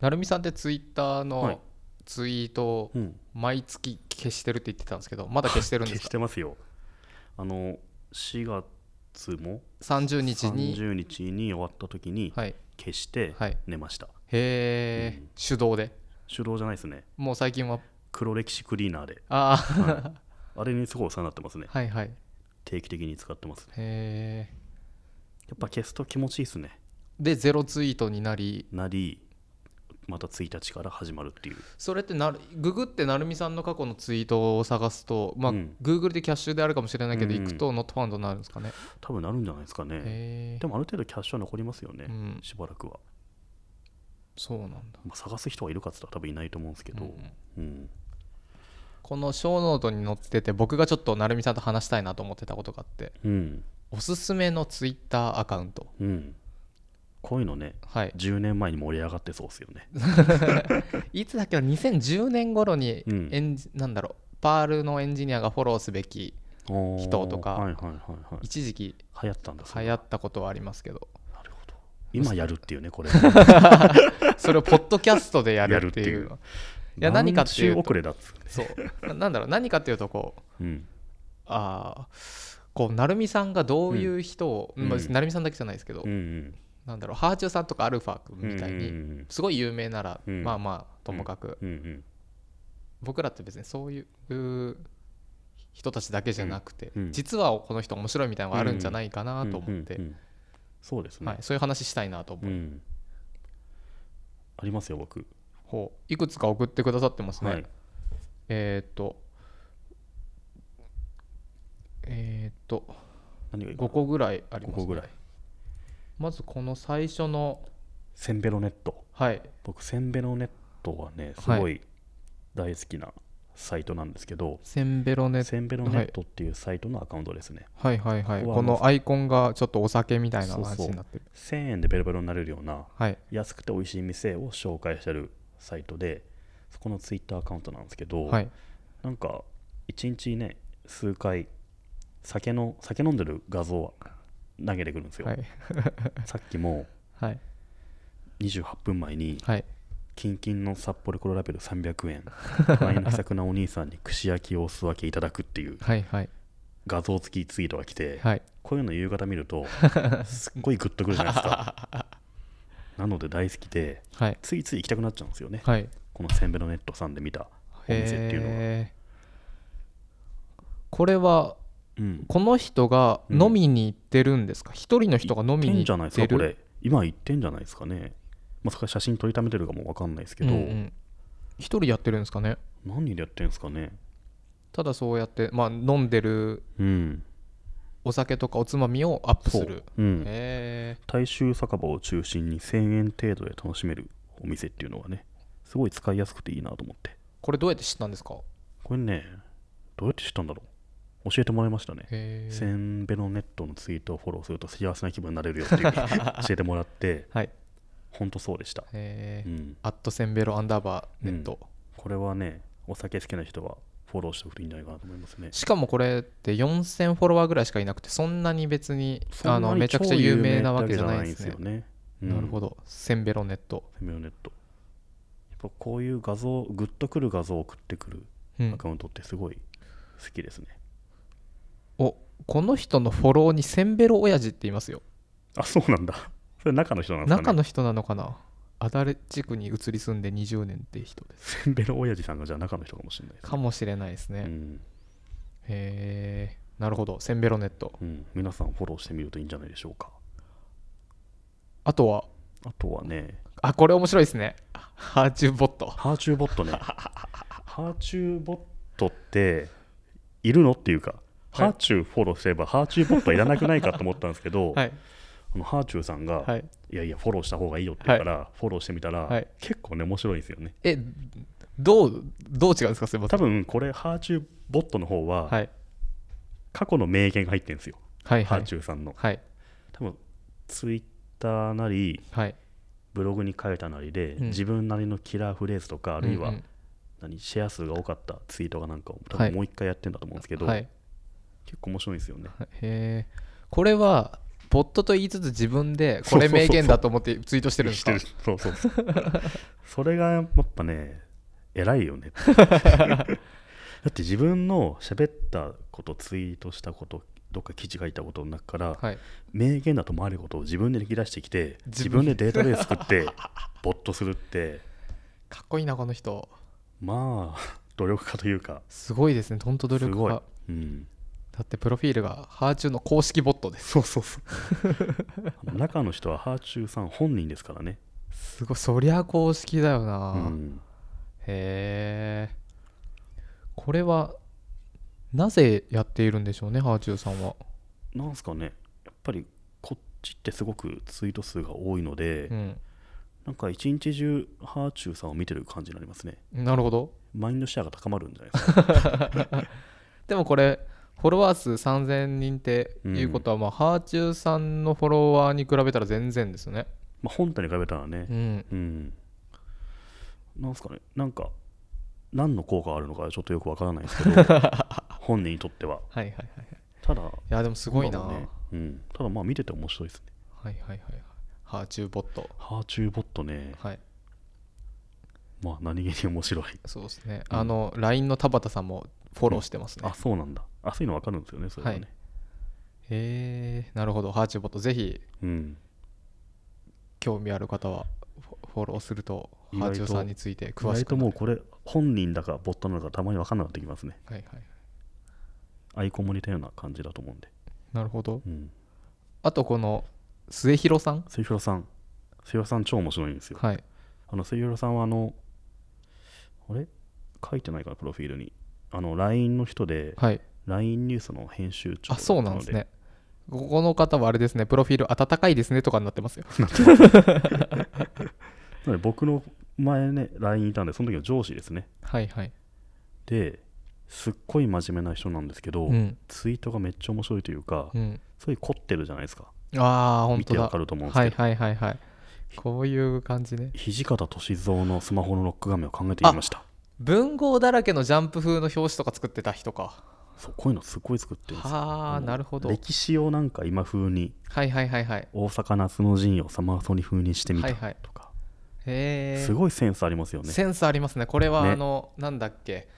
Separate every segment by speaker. Speaker 1: 成美さんってツイッター
Speaker 2: はい
Speaker 1: のツイートを
Speaker 2: うん、
Speaker 1: 毎月消してるって言ってたんですけどまだ消してるんで
Speaker 2: 消
Speaker 1: す
Speaker 2: し
Speaker 1: か
Speaker 2: てますよあの4月も
Speaker 1: 30日に
Speaker 2: 30日に終わった時に
Speaker 1: はいへ
Speaker 2: 消して
Speaker 1: はい
Speaker 2: 寝ました、
Speaker 1: え、
Speaker 2: うん
Speaker 1: 手動で
Speaker 2: 手動じゃないですね
Speaker 1: もう最近は
Speaker 2: 黒歴史クリーナーで
Speaker 1: あ
Speaker 2: あれにすごいお世話になってますね
Speaker 1: あ はいはいへ
Speaker 2: 定期的に使ってます
Speaker 1: え
Speaker 2: やっぱ消すと気持ちいいですね
Speaker 1: でゼロツイートになり
Speaker 2: なりまた1日から始まるっていう
Speaker 1: それってなるググって成美さんの過去のツイートを探すとまあ、
Speaker 2: うん
Speaker 1: グーグルでキャッシュであるかもしれないけど、
Speaker 2: うん
Speaker 1: 行くとノットファウンドになるんですかね、
Speaker 2: 多分なるんじゃないですかね
Speaker 1: へえ
Speaker 2: でもある程度キャッシュは残りますよね、
Speaker 1: うん
Speaker 2: しばらくは、
Speaker 1: そうなんだ
Speaker 2: まあ、探す人がいるかっつったら多分いないと思うんですけど、
Speaker 1: う
Speaker 2: うん
Speaker 1: うん
Speaker 2: ん
Speaker 1: このショーノートに載ってて僕がちょっと成美さんと話したいなと思ってたことがあって
Speaker 2: うん
Speaker 1: おすすめのツイッターアカウント
Speaker 2: うんこういうのね
Speaker 1: はい
Speaker 2: 10年前に盛り上がってそうですよね
Speaker 1: いつだっけな2010年頃に
Speaker 2: うん
Speaker 1: エンジ、なんだろうパールのエンジニアがフォローすべき人
Speaker 2: 人
Speaker 1: とか
Speaker 2: はいはいはいはい
Speaker 1: 一時期
Speaker 2: 流行ったんだそ
Speaker 1: 流
Speaker 2: れ
Speaker 1: 行ったことはありますけど
Speaker 2: なるほど今やるっていう ねこれや
Speaker 1: それをポッドキャストでやるってい
Speaker 2: や
Speaker 1: う
Speaker 2: るってい
Speaker 1: いや何かっていうと
Speaker 2: 遅れだっつうね
Speaker 1: そうななんだろう何かっていうとこう
Speaker 2: うん
Speaker 1: あーこう成美さんがどういう人を、
Speaker 2: うん
Speaker 1: まあ、
Speaker 2: うん
Speaker 1: 成美さんだけじゃないですけど、
Speaker 2: うんうん
Speaker 1: なんだろうハーチューさんとかアルファ君みたいに、
Speaker 2: うんうん
Speaker 1: すごい有名なら、
Speaker 2: うん
Speaker 1: まあまあともかく、
Speaker 2: うんうん
Speaker 1: 僕らって別にそういう人たちだけじゃなくて、
Speaker 2: うんうん
Speaker 1: 実はこの人面白いみたいなのがあるんじゃないかなと思って、
Speaker 2: うんうんうんそうですね、
Speaker 1: はい、そういう話したいなと思
Speaker 2: う
Speaker 1: う,、
Speaker 2: んありますよ僕
Speaker 1: ほういくつか送ってくださってますね、
Speaker 2: はい
Speaker 1: えーっとえーっと
Speaker 2: 何がいいか
Speaker 1: 5個ぐらいあります、ね、
Speaker 2: 五個ぐらい
Speaker 1: まずこの最初の
Speaker 2: センベロネット
Speaker 1: はい
Speaker 2: 僕センベロネットはねす
Speaker 1: はい
Speaker 2: ごい大好きなサイトなんですけど、
Speaker 1: センベロネ
Speaker 2: センベロネットっていうサイトのアカウントですね、
Speaker 1: はいはいはい
Speaker 2: ここは
Speaker 1: このアイコンがちょっとお酒みたいな
Speaker 2: そうそ
Speaker 1: 話
Speaker 2: う
Speaker 1: になってる
Speaker 2: 1000円でベロベロになれるような
Speaker 1: はい
Speaker 2: 安くて美味しい店を紹介してるサイトでそこのツイッターアカウントなんですけど、
Speaker 1: はい
Speaker 2: なんか1日ね数回酒の酒飲んでる画像を投げてくるんですよ、
Speaker 1: はい
Speaker 2: さっきも
Speaker 1: はい
Speaker 2: 28分前に
Speaker 1: はい
Speaker 2: キンキンの札幌黒ラベル300円隣の気さくなお兄さんに串焼きをお裾分けいただくっていう
Speaker 1: はいはい
Speaker 2: 画像付きツイートが来て、
Speaker 1: はい
Speaker 2: こういうの夕方見るとすっごいグッとくるじゃないですか なので大好きで
Speaker 1: はい
Speaker 2: ついつい行きたくなっちゃうんですよね、
Speaker 1: はい
Speaker 2: このせんべろネットさんで見たお店っていうのは、
Speaker 1: へーこれは
Speaker 2: うん、
Speaker 1: この人が飲みに行ってるんですか一、人の人が飲み
Speaker 2: 行って
Speaker 1: に
Speaker 2: んじ
Speaker 1: 行
Speaker 2: ゃない
Speaker 1: っ
Speaker 2: ですか
Speaker 1: て
Speaker 2: こ
Speaker 1: る
Speaker 2: れ今行ってんじゃないですかねまあそこは写真撮りためてるかもわかんないですけ
Speaker 1: うん
Speaker 2: ど、
Speaker 1: うん一人でやってるんですかね
Speaker 2: 何人でやってるんですかね
Speaker 1: ただそうやってまあ飲んでる
Speaker 2: うん
Speaker 1: お酒とかおつまみをアップす
Speaker 2: そ
Speaker 1: る
Speaker 2: う、うん、
Speaker 1: へ
Speaker 2: 大衆酒場を中心に1000円程度で楽しめるお店っていうのはねすごい使いやすくていいなと思って
Speaker 1: ーこれどうやって知ったんですか
Speaker 2: これねどうやって知ったんだろう教えてもらいましたね
Speaker 1: へ
Speaker 2: せ
Speaker 1: ー
Speaker 2: んべろネットのツイートをフォローすると幸せな気分になれるよっていう教えてもら って
Speaker 1: はい
Speaker 2: ほんとそうでした、
Speaker 1: え
Speaker 2: う
Speaker 1: ー
Speaker 2: ん、
Speaker 1: アットセンベロアンダーバーネット、
Speaker 2: これはねお酒好きな人はフォローしておくといいんじゃないかなと思いますね
Speaker 1: しかもこれって4000フォロワーぐらいしかいなくてそんなに別に
Speaker 2: そんな
Speaker 1: あ
Speaker 2: に
Speaker 1: のめちゃくちゃ
Speaker 2: 超
Speaker 1: 有名なわけじゃない
Speaker 2: っ
Speaker 1: ん
Speaker 2: て
Speaker 1: ですね
Speaker 2: わけじゃないんですよね、
Speaker 1: なるほ
Speaker 2: ど
Speaker 1: どセンベロネット、
Speaker 2: センベロネットやっぱこういう画像グッとくる画像を送ってくる
Speaker 1: うん
Speaker 2: アカウントってすごい好きですね、
Speaker 1: おこの人のフォローにセンベロ親父って言いますよ
Speaker 2: あそうなんだ それ中の人なんですかね
Speaker 1: 中の人なのかな足立地区に移り住んで20年って人です
Speaker 2: せんべろ親父さんがじゃあ中の人かもしれないですね
Speaker 1: かもしれないですね、
Speaker 2: うん
Speaker 1: へえなるほどセンベロネット
Speaker 2: うん、皆さんフォローしてみるといいんじゃないでしょうか
Speaker 1: あとは
Speaker 2: あとはね
Speaker 1: あこれ面白いですねハーチューボット
Speaker 2: ハーチューボットねハーチューボットっているのっていうか、
Speaker 1: はい
Speaker 2: ハーチューフォローすればハーチューボットはいらなくないかと思ったんですけ ど、
Speaker 1: はい
Speaker 2: あのハーチューさんが、、
Speaker 1: はいい
Speaker 2: やいやフォローした方がいいよって言うから、フォローしてみたら、
Speaker 1: はい
Speaker 2: 結構ね面白いんですよね
Speaker 1: えどうどう違うんですかすいません
Speaker 2: 多分これハーチューボットの方は、
Speaker 1: はい
Speaker 2: 過去の名言が入ってるんですよ、
Speaker 1: はいは
Speaker 2: ハ
Speaker 1: い
Speaker 2: ーチューさんの
Speaker 1: はい
Speaker 2: 多分ツイッターなり
Speaker 1: はい
Speaker 2: ブログに書いたなりで、
Speaker 1: うん
Speaker 2: 自分なりのキラーフレーズとかあるいは、
Speaker 1: うんうん
Speaker 2: 何シェア数が多かったツイートがなんかを多
Speaker 1: はい
Speaker 2: 分もう一回やってんだと思うんですけど、
Speaker 1: はい
Speaker 2: 結構面白いんですよね。
Speaker 1: へえこれはボットと言いつつ自分でこれ名言だと思ってツイートしてるんですか
Speaker 2: してるそうそうそうそれがやっぱね偉いよ ねだって自分の喋ったことツイートしたことどっか記事書いたことの中から、
Speaker 1: はい、
Speaker 2: 名言だと思われることを自分で抜き出してきて
Speaker 1: 自
Speaker 2: 自
Speaker 1: 分
Speaker 2: 分でデータベース作ってボットするって
Speaker 1: かっこいいなこの人
Speaker 2: まあ努力家というか
Speaker 1: すごいですね本当努
Speaker 2: す
Speaker 1: 力
Speaker 2: ごい
Speaker 1: 家、
Speaker 2: うん、
Speaker 1: だってプロフィールがハーチューの公式ボットです
Speaker 2: そうそうそう中の人はハーチューさん本人ですからね、
Speaker 1: すごいそりゃ公式だよな、
Speaker 2: うん、
Speaker 1: へえこれはなぜやっているんでしょうねハーチューさんは、
Speaker 2: なんすかねやっぱりこっちってすごくツイート数が多いので、
Speaker 1: うん、
Speaker 2: なんか一日中ハーチューさんを見てる感じになりますね
Speaker 1: なるほど
Speaker 2: マインドシェアが高まるんじゃない ですか
Speaker 1: でもこれフォロワー数3000人っていうことは、まあハーチューさんのフォロワーに比べたら全然ですね
Speaker 2: まあ本体に比べたらね
Speaker 1: うん
Speaker 2: うん、なんすかねなんか何の効果があるのかちょっとよくわからないです けど本人にとっては
Speaker 1: はいはいはいはい
Speaker 2: ただ
Speaker 1: いやでもすごいな、
Speaker 2: んだろうねうん、ただまあ見てて面白いですね
Speaker 1: はいはいはいはいハーチューボット
Speaker 2: ハーチューボットね
Speaker 1: はい
Speaker 2: まあ何気に面白い
Speaker 1: そうですね、
Speaker 2: うん
Speaker 1: あの LINE の田畑さんもフォローしてますね、
Speaker 2: あそうなんだあそういうのわかるんですよねそれはね、
Speaker 1: はいへえなるほどハーチューボットぜひ
Speaker 2: うん
Speaker 1: 興味ある方はフォフォローすると
Speaker 2: 意
Speaker 1: ハー
Speaker 2: 外と
Speaker 1: チューさんについて
Speaker 2: 意
Speaker 1: 詳しく
Speaker 2: 外と
Speaker 1: な
Speaker 2: も
Speaker 1: る
Speaker 2: うこれ本人だかボットなのかたまにわかんなくなってきますね
Speaker 1: はいはい
Speaker 2: アイコンも似たような感じだと思うんで
Speaker 1: なるほど
Speaker 2: うん
Speaker 1: あとこの末広さん
Speaker 2: 末広さん末広さん超面白いんですよ
Speaker 1: はい
Speaker 2: あの、水曜さんはあの、あれ書いてないかな、プロフィールに。あの、LINE の人で、
Speaker 1: はい
Speaker 2: LINE ニュースの編集長
Speaker 1: あそうなんですねここの方はあれですねプロフィール温かいですねとかになってますよ
Speaker 2: だったので。なので僕の前ね、LINE いたんで、その時の上司ですね。
Speaker 1: はいはい
Speaker 2: で、すっごい真面目な人なんですけど、
Speaker 1: うん
Speaker 2: ツイートがめっちゃ面白いというか、
Speaker 1: うん
Speaker 2: すごい凝ってるじゃないですか。
Speaker 1: ああ本
Speaker 2: 見
Speaker 1: 当
Speaker 2: てわ
Speaker 1: だ
Speaker 2: かると思うんです
Speaker 1: は
Speaker 2: け
Speaker 1: い
Speaker 2: ど、
Speaker 1: はいはいはいこういう感じね
Speaker 2: 土方歳三のスマホのロック画面を考えてみました。
Speaker 1: 文豪だらけのジャンプ風の表紙とか作ってた人か
Speaker 2: そうこういうのすごい作ってるんですよ。
Speaker 1: はあ
Speaker 2: の
Speaker 1: なるほど
Speaker 2: 歴史をなんか今風に、
Speaker 1: はいはいはいはい
Speaker 2: 大阪夏の陣をサマーソニ風にしてみた
Speaker 1: はい
Speaker 2: とか。
Speaker 1: はいへえ
Speaker 2: すごいセンスありますよね。
Speaker 1: センスありますねこれは
Speaker 2: ね
Speaker 1: あの、なんだっけ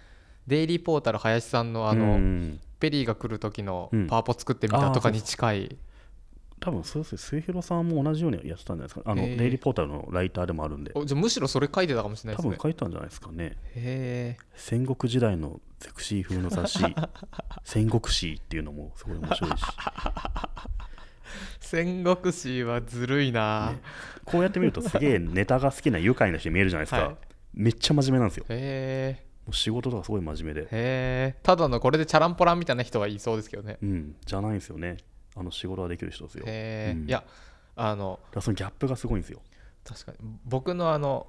Speaker 1: デイリーポータル林さんのあ
Speaker 2: う
Speaker 1: の
Speaker 2: ん
Speaker 1: ペリーが来る時の
Speaker 2: うん
Speaker 1: パワポ作ってみたとかに近い
Speaker 2: 多分そうですね末広さんも同じようにやってたんじゃないですかあの、
Speaker 1: へー
Speaker 2: デイリーポータルのライターでもあるんで
Speaker 1: おじゃあむしろそれ書いてたかもしれない
Speaker 2: 多
Speaker 1: です
Speaker 2: 分
Speaker 1: ね
Speaker 2: 書いたんじゃないですかね
Speaker 1: へえ
Speaker 2: 戦国時代のセクシー風の雑誌 戦国史っていうのもすごい面白いし、
Speaker 1: 戦国史はずるいな、
Speaker 2: ねこうやって見るとすげえネタが好きな愉快な人に見えるじゃないですか、
Speaker 1: はい
Speaker 2: めっちゃ真面目なんですよも
Speaker 1: へえ
Speaker 2: う仕事とかすごい真面目で
Speaker 1: へえただのこれでチャランポランみたいな人はいそうですけどね
Speaker 2: うんじゃないんですよねあの仕事ができる人ですよだか
Speaker 1: へえ、
Speaker 2: うん
Speaker 1: いやあの
Speaker 2: らそのギャップがすごいんですよ、
Speaker 1: 確かに僕のあの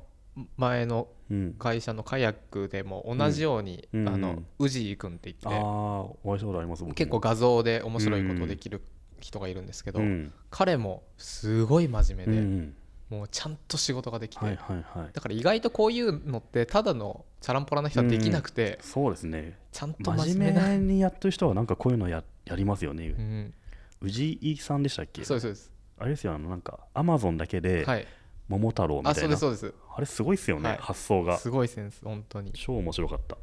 Speaker 1: 前の
Speaker 2: うん、
Speaker 1: 会社のカヤックでも同じように、
Speaker 2: うん
Speaker 1: あ
Speaker 2: う
Speaker 1: の
Speaker 2: ん
Speaker 1: 宇治君って
Speaker 2: あ
Speaker 1: 言
Speaker 2: あ
Speaker 1: って
Speaker 2: お会いしたことあります僕も
Speaker 1: 結構画像で面白いことできる人がいるんですけど、
Speaker 2: うん
Speaker 1: 彼もすごい真面
Speaker 2: うん
Speaker 1: 目
Speaker 2: う
Speaker 1: で、
Speaker 2: ん、
Speaker 1: もうちゃんと仕事ができて、
Speaker 2: はいはいはい
Speaker 1: だから意外とこういうのってただのチャランポラな人はできなくて、
Speaker 2: そうですね
Speaker 1: ちゃんと
Speaker 2: 真
Speaker 1: 真
Speaker 2: 面
Speaker 1: 面目な、
Speaker 2: 目にやってる人はなんかこういうのややりますよね、
Speaker 1: うん、
Speaker 2: 藤井さんでしたっけ
Speaker 1: そうですそうです、
Speaker 2: あれですよあのなんかアマゾンだけで
Speaker 1: はい
Speaker 2: 桃太郎みたい
Speaker 1: あそ
Speaker 2: な、
Speaker 1: うですそうです
Speaker 2: あれすごいっすよね、
Speaker 1: はい
Speaker 2: 発想が
Speaker 1: すごいセンス本当に
Speaker 2: 超面白かった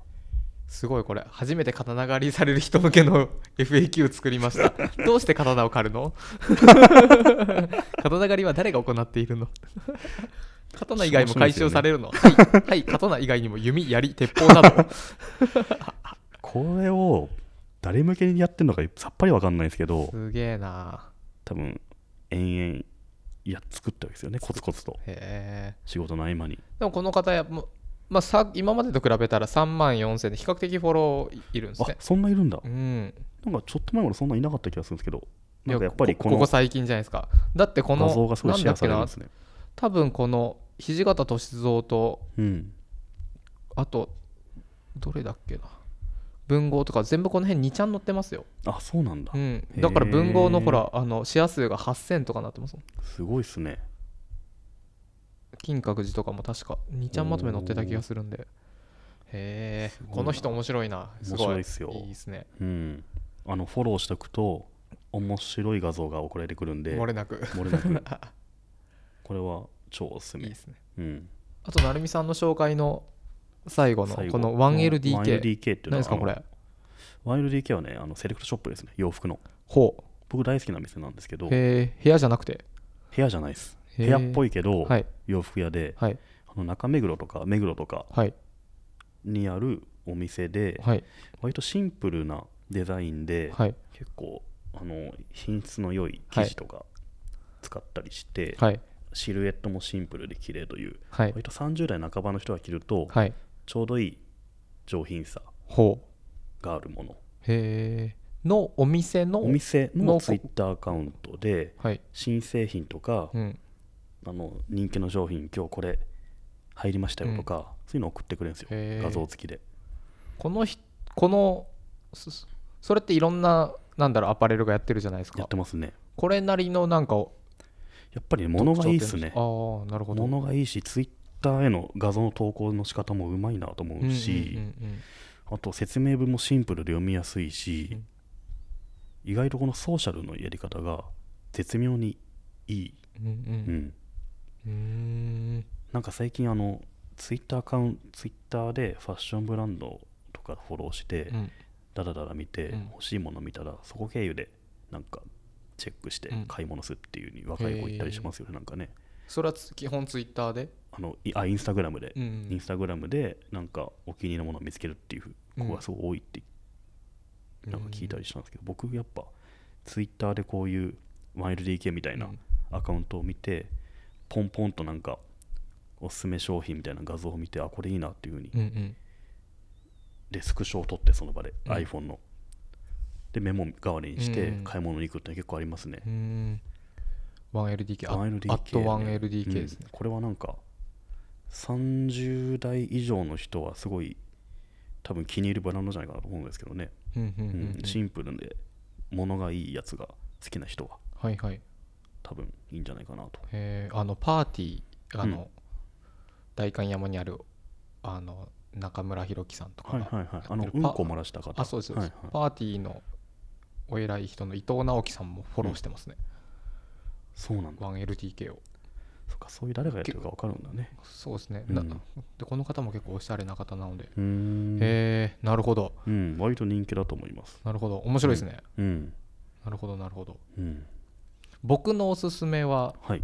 Speaker 1: すごいこれ初めて刀狩りされる人向けの FAQ 作りましたどうして刀を狩るの刀狩りは誰が行っているの刀以外も回収されるの、はい、はい刀以外にも弓槍鉄砲など
Speaker 2: これを誰向けにやってるのかさっぱりわかんないですけど
Speaker 1: すげえな
Speaker 2: 多分延々いや作ったわけですよねコツコツと
Speaker 1: へえ
Speaker 2: 仕事の合間に
Speaker 1: でもこの方やもうまあ、さ今までと比べたら3万4000で比較的フォローいるんです
Speaker 2: あ
Speaker 1: ね
Speaker 2: そんないるんだ
Speaker 1: うん
Speaker 2: なんかちょっと前までそんないなかった気がするんですけど
Speaker 1: い
Speaker 2: なんかやっぱりこ
Speaker 1: ここ
Speaker 2: の
Speaker 1: 最近じゃないですかだってこの
Speaker 2: 画像がすごい
Speaker 1: なん
Speaker 2: シ
Speaker 1: だっ
Speaker 2: ェアさ
Speaker 1: け
Speaker 2: れるん
Speaker 1: な
Speaker 2: ですね
Speaker 1: 多分この土方歳三と
Speaker 2: うん
Speaker 1: あとどれだっけな文豪とか全部この辺2ちゃん載ってますよ、
Speaker 2: あそうなんだ
Speaker 1: うん、
Speaker 2: ー
Speaker 1: だから文豪のほらあのシェア数が8000とかなってますもん
Speaker 2: すごいっすね
Speaker 1: 金閣寺とかも確か2ちゃんまとめ載ってた気がするんでへえ
Speaker 2: ごいな
Speaker 1: この人面白いなす
Speaker 2: 面
Speaker 1: ごい
Speaker 2: 白いっすよ
Speaker 1: いいですね
Speaker 2: うん、あのフォローしておくと面白い画像が送られてくるんで
Speaker 1: 漏れなく
Speaker 2: 漏れなく これは超おすす
Speaker 1: いい
Speaker 2: め
Speaker 1: ですね
Speaker 2: うん、
Speaker 1: あと成美さんの紹介の最後の
Speaker 2: 最後
Speaker 1: この 1LDK
Speaker 2: 1LDK っていうの
Speaker 1: 何
Speaker 2: は
Speaker 1: ですかこれ
Speaker 2: 1LDK はねあのセレクトショップですね洋服の
Speaker 1: ほ
Speaker 2: 僕大好きな店なんですけ
Speaker 1: う
Speaker 2: ど部
Speaker 1: へえ部屋じゃなくて
Speaker 2: 屋じゃないです部
Speaker 1: へー
Speaker 2: 屋っぽいけど、
Speaker 1: はい
Speaker 2: 洋服屋で
Speaker 1: はい
Speaker 2: あの中目黒とか目黒とか
Speaker 1: はい
Speaker 2: にあるお店で、
Speaker 1: はい
Speaker 2: 割とシンプルなデザインで、
Speaker 1: はい
Speaker 2: 結構あの品質の良い生地とか使ったりして、
Speaker 1: はい
Speaker 2: シルエットもシンプルで綺麗という、
Speaker 1: はい
Speaker 2: 割と30代半ばの人が着ると、
Speaker 1: はい
Speaker 2: ちょうどいい上品さ
Speaker 1: ほう
Speaker 2: があるもの
Speaker 1: へえのお店の
Speaker 2: お店
Speaker 1: の
Speaker 2: の
Speaker 1: こ
Speaker 2: ツイッターアカウントで
Speaker 1: はい
Speaker 2: 新製品とか、
Speaker 1: うん
Speaker 2: あの人気の商品今日これ入りましたよとか、そういうの送ってくれるんですよ
Speaker 1: へー
Speaker 2: 画像付きで
Speaker 1: このひこのそそれっていろんななんだろうアパレルがやってるじゃないです
Speaker 2: や
Speaker 1: か
Speaker 2: ってますね
Speaker 1: これなりのなんか
Speaker 2: やっぱりね物がいいですね
Speaker 1: ああーなるほど
Speaker 2: 物がいいしツイッターへの画像の投稿の仕方もうまいなと思うし、
Speaker 1: うんうんうんうん
Speaker 2: あと説明文もシンプルで読みやすいし、
Speaker 1: うん
Speaker 2: 意外とこのソーシャルのやり方が絶妙にいい、
Speaker 1: うん
Speaker 2: う
Speaker 1: うん
Speaker 2: ん
Speaker 1: うーん
Speaker 2: なんか最近あのツイッターアカウントツイッターでファッションブランドとかフォローして、
Speaker 1: うん
Speaker 2: ダラダラ見て、
Speaker 1: うん
Speaker 2: 欲しいもの見たらそこ経由でなんかチェックして
Speaker 1: うん
Speaker 2: 買い物するっていうに若い子行ったりしますよね、なんかね
Speaker 1: それはつ基本ツイッターで、
Speaker 2: あのいあインスタグラムで、
Speaker 1: うん
Speaker 2: インスタグラムでなんかお気に入りのものを見つけるっていう子がすごい多いってなんか聞いたりしたんですけど、僕やっぱツイッターでこういう 1LDK みたいな
Speaker 1: うん
Speaker 2: アカウントを見て、ポンポンとなんかおすすめ商品みたいな画像を見てあこれいいなっていうふうに、
Speaker 1: うんうん
Speaker 2: でスクショを撮ってその場で、
Speaker 1: うん
Speaker 2: iPhone のでメモ代わりにして
Speaker 1: うん
Speaker 2: 買い物に行くって結構ありますね、
Speaker 1: うーん 1LDK あ
Speaker 2: 1LDK ね
Speaker 1: アット 1LDK です
Speaker 2: う
Speaker 1: ね
Speaker 2: ん、これはなんか30代以上の人はすごい多分気に入るブランドじゃないかなと思うんですけどね、
Speaker 1: うんうん
Speaker 2: う
Speaker 1: うんんうん
Speaker 2: シンプルで物がいいやつが好きな人は
Speaker 1: はいはい
Speaker 2: 多分いいんじゃないかなと
Speaker 1: えーあのパーティーあの、代官山にあるあの中村弘樹さんとか
Speaker 2: はい
Speaker 1: が
Speaker 2: はいはいあ
Speaker 1: やっ
Speaker 2: の
Speaker 1: てる
Speaker 2: うん
Speaker 1: パ
Speaker 2: こ漏らした方
Speaker 1: あそうですそうです、
Speaker 2: はいはい
Speaker 1: パーティーのお偉い人の伊藤直樹さんもフォローしてますね、
Speaker 2: そうなんだ
Speaker 1: 1LDK を
Speaker 2: そっかそういう誰がやってるか分かるんだね
Speaker 1: そうですね、
Speaker 2: うん
Speaker 1: なでこの方も結構おしゃれな方なので、
Speaker 2: うーん
Speaker 1: へえなるほど
Speaker 2: うん割と人気だと思います
Speaker 1: なるほど面白いですね、
Speaker 2: うん
Speaker 1: なるほどなるほど
Speaker 2: うん
Speaker 1: 僕のおすすめは
Speaker 2: はい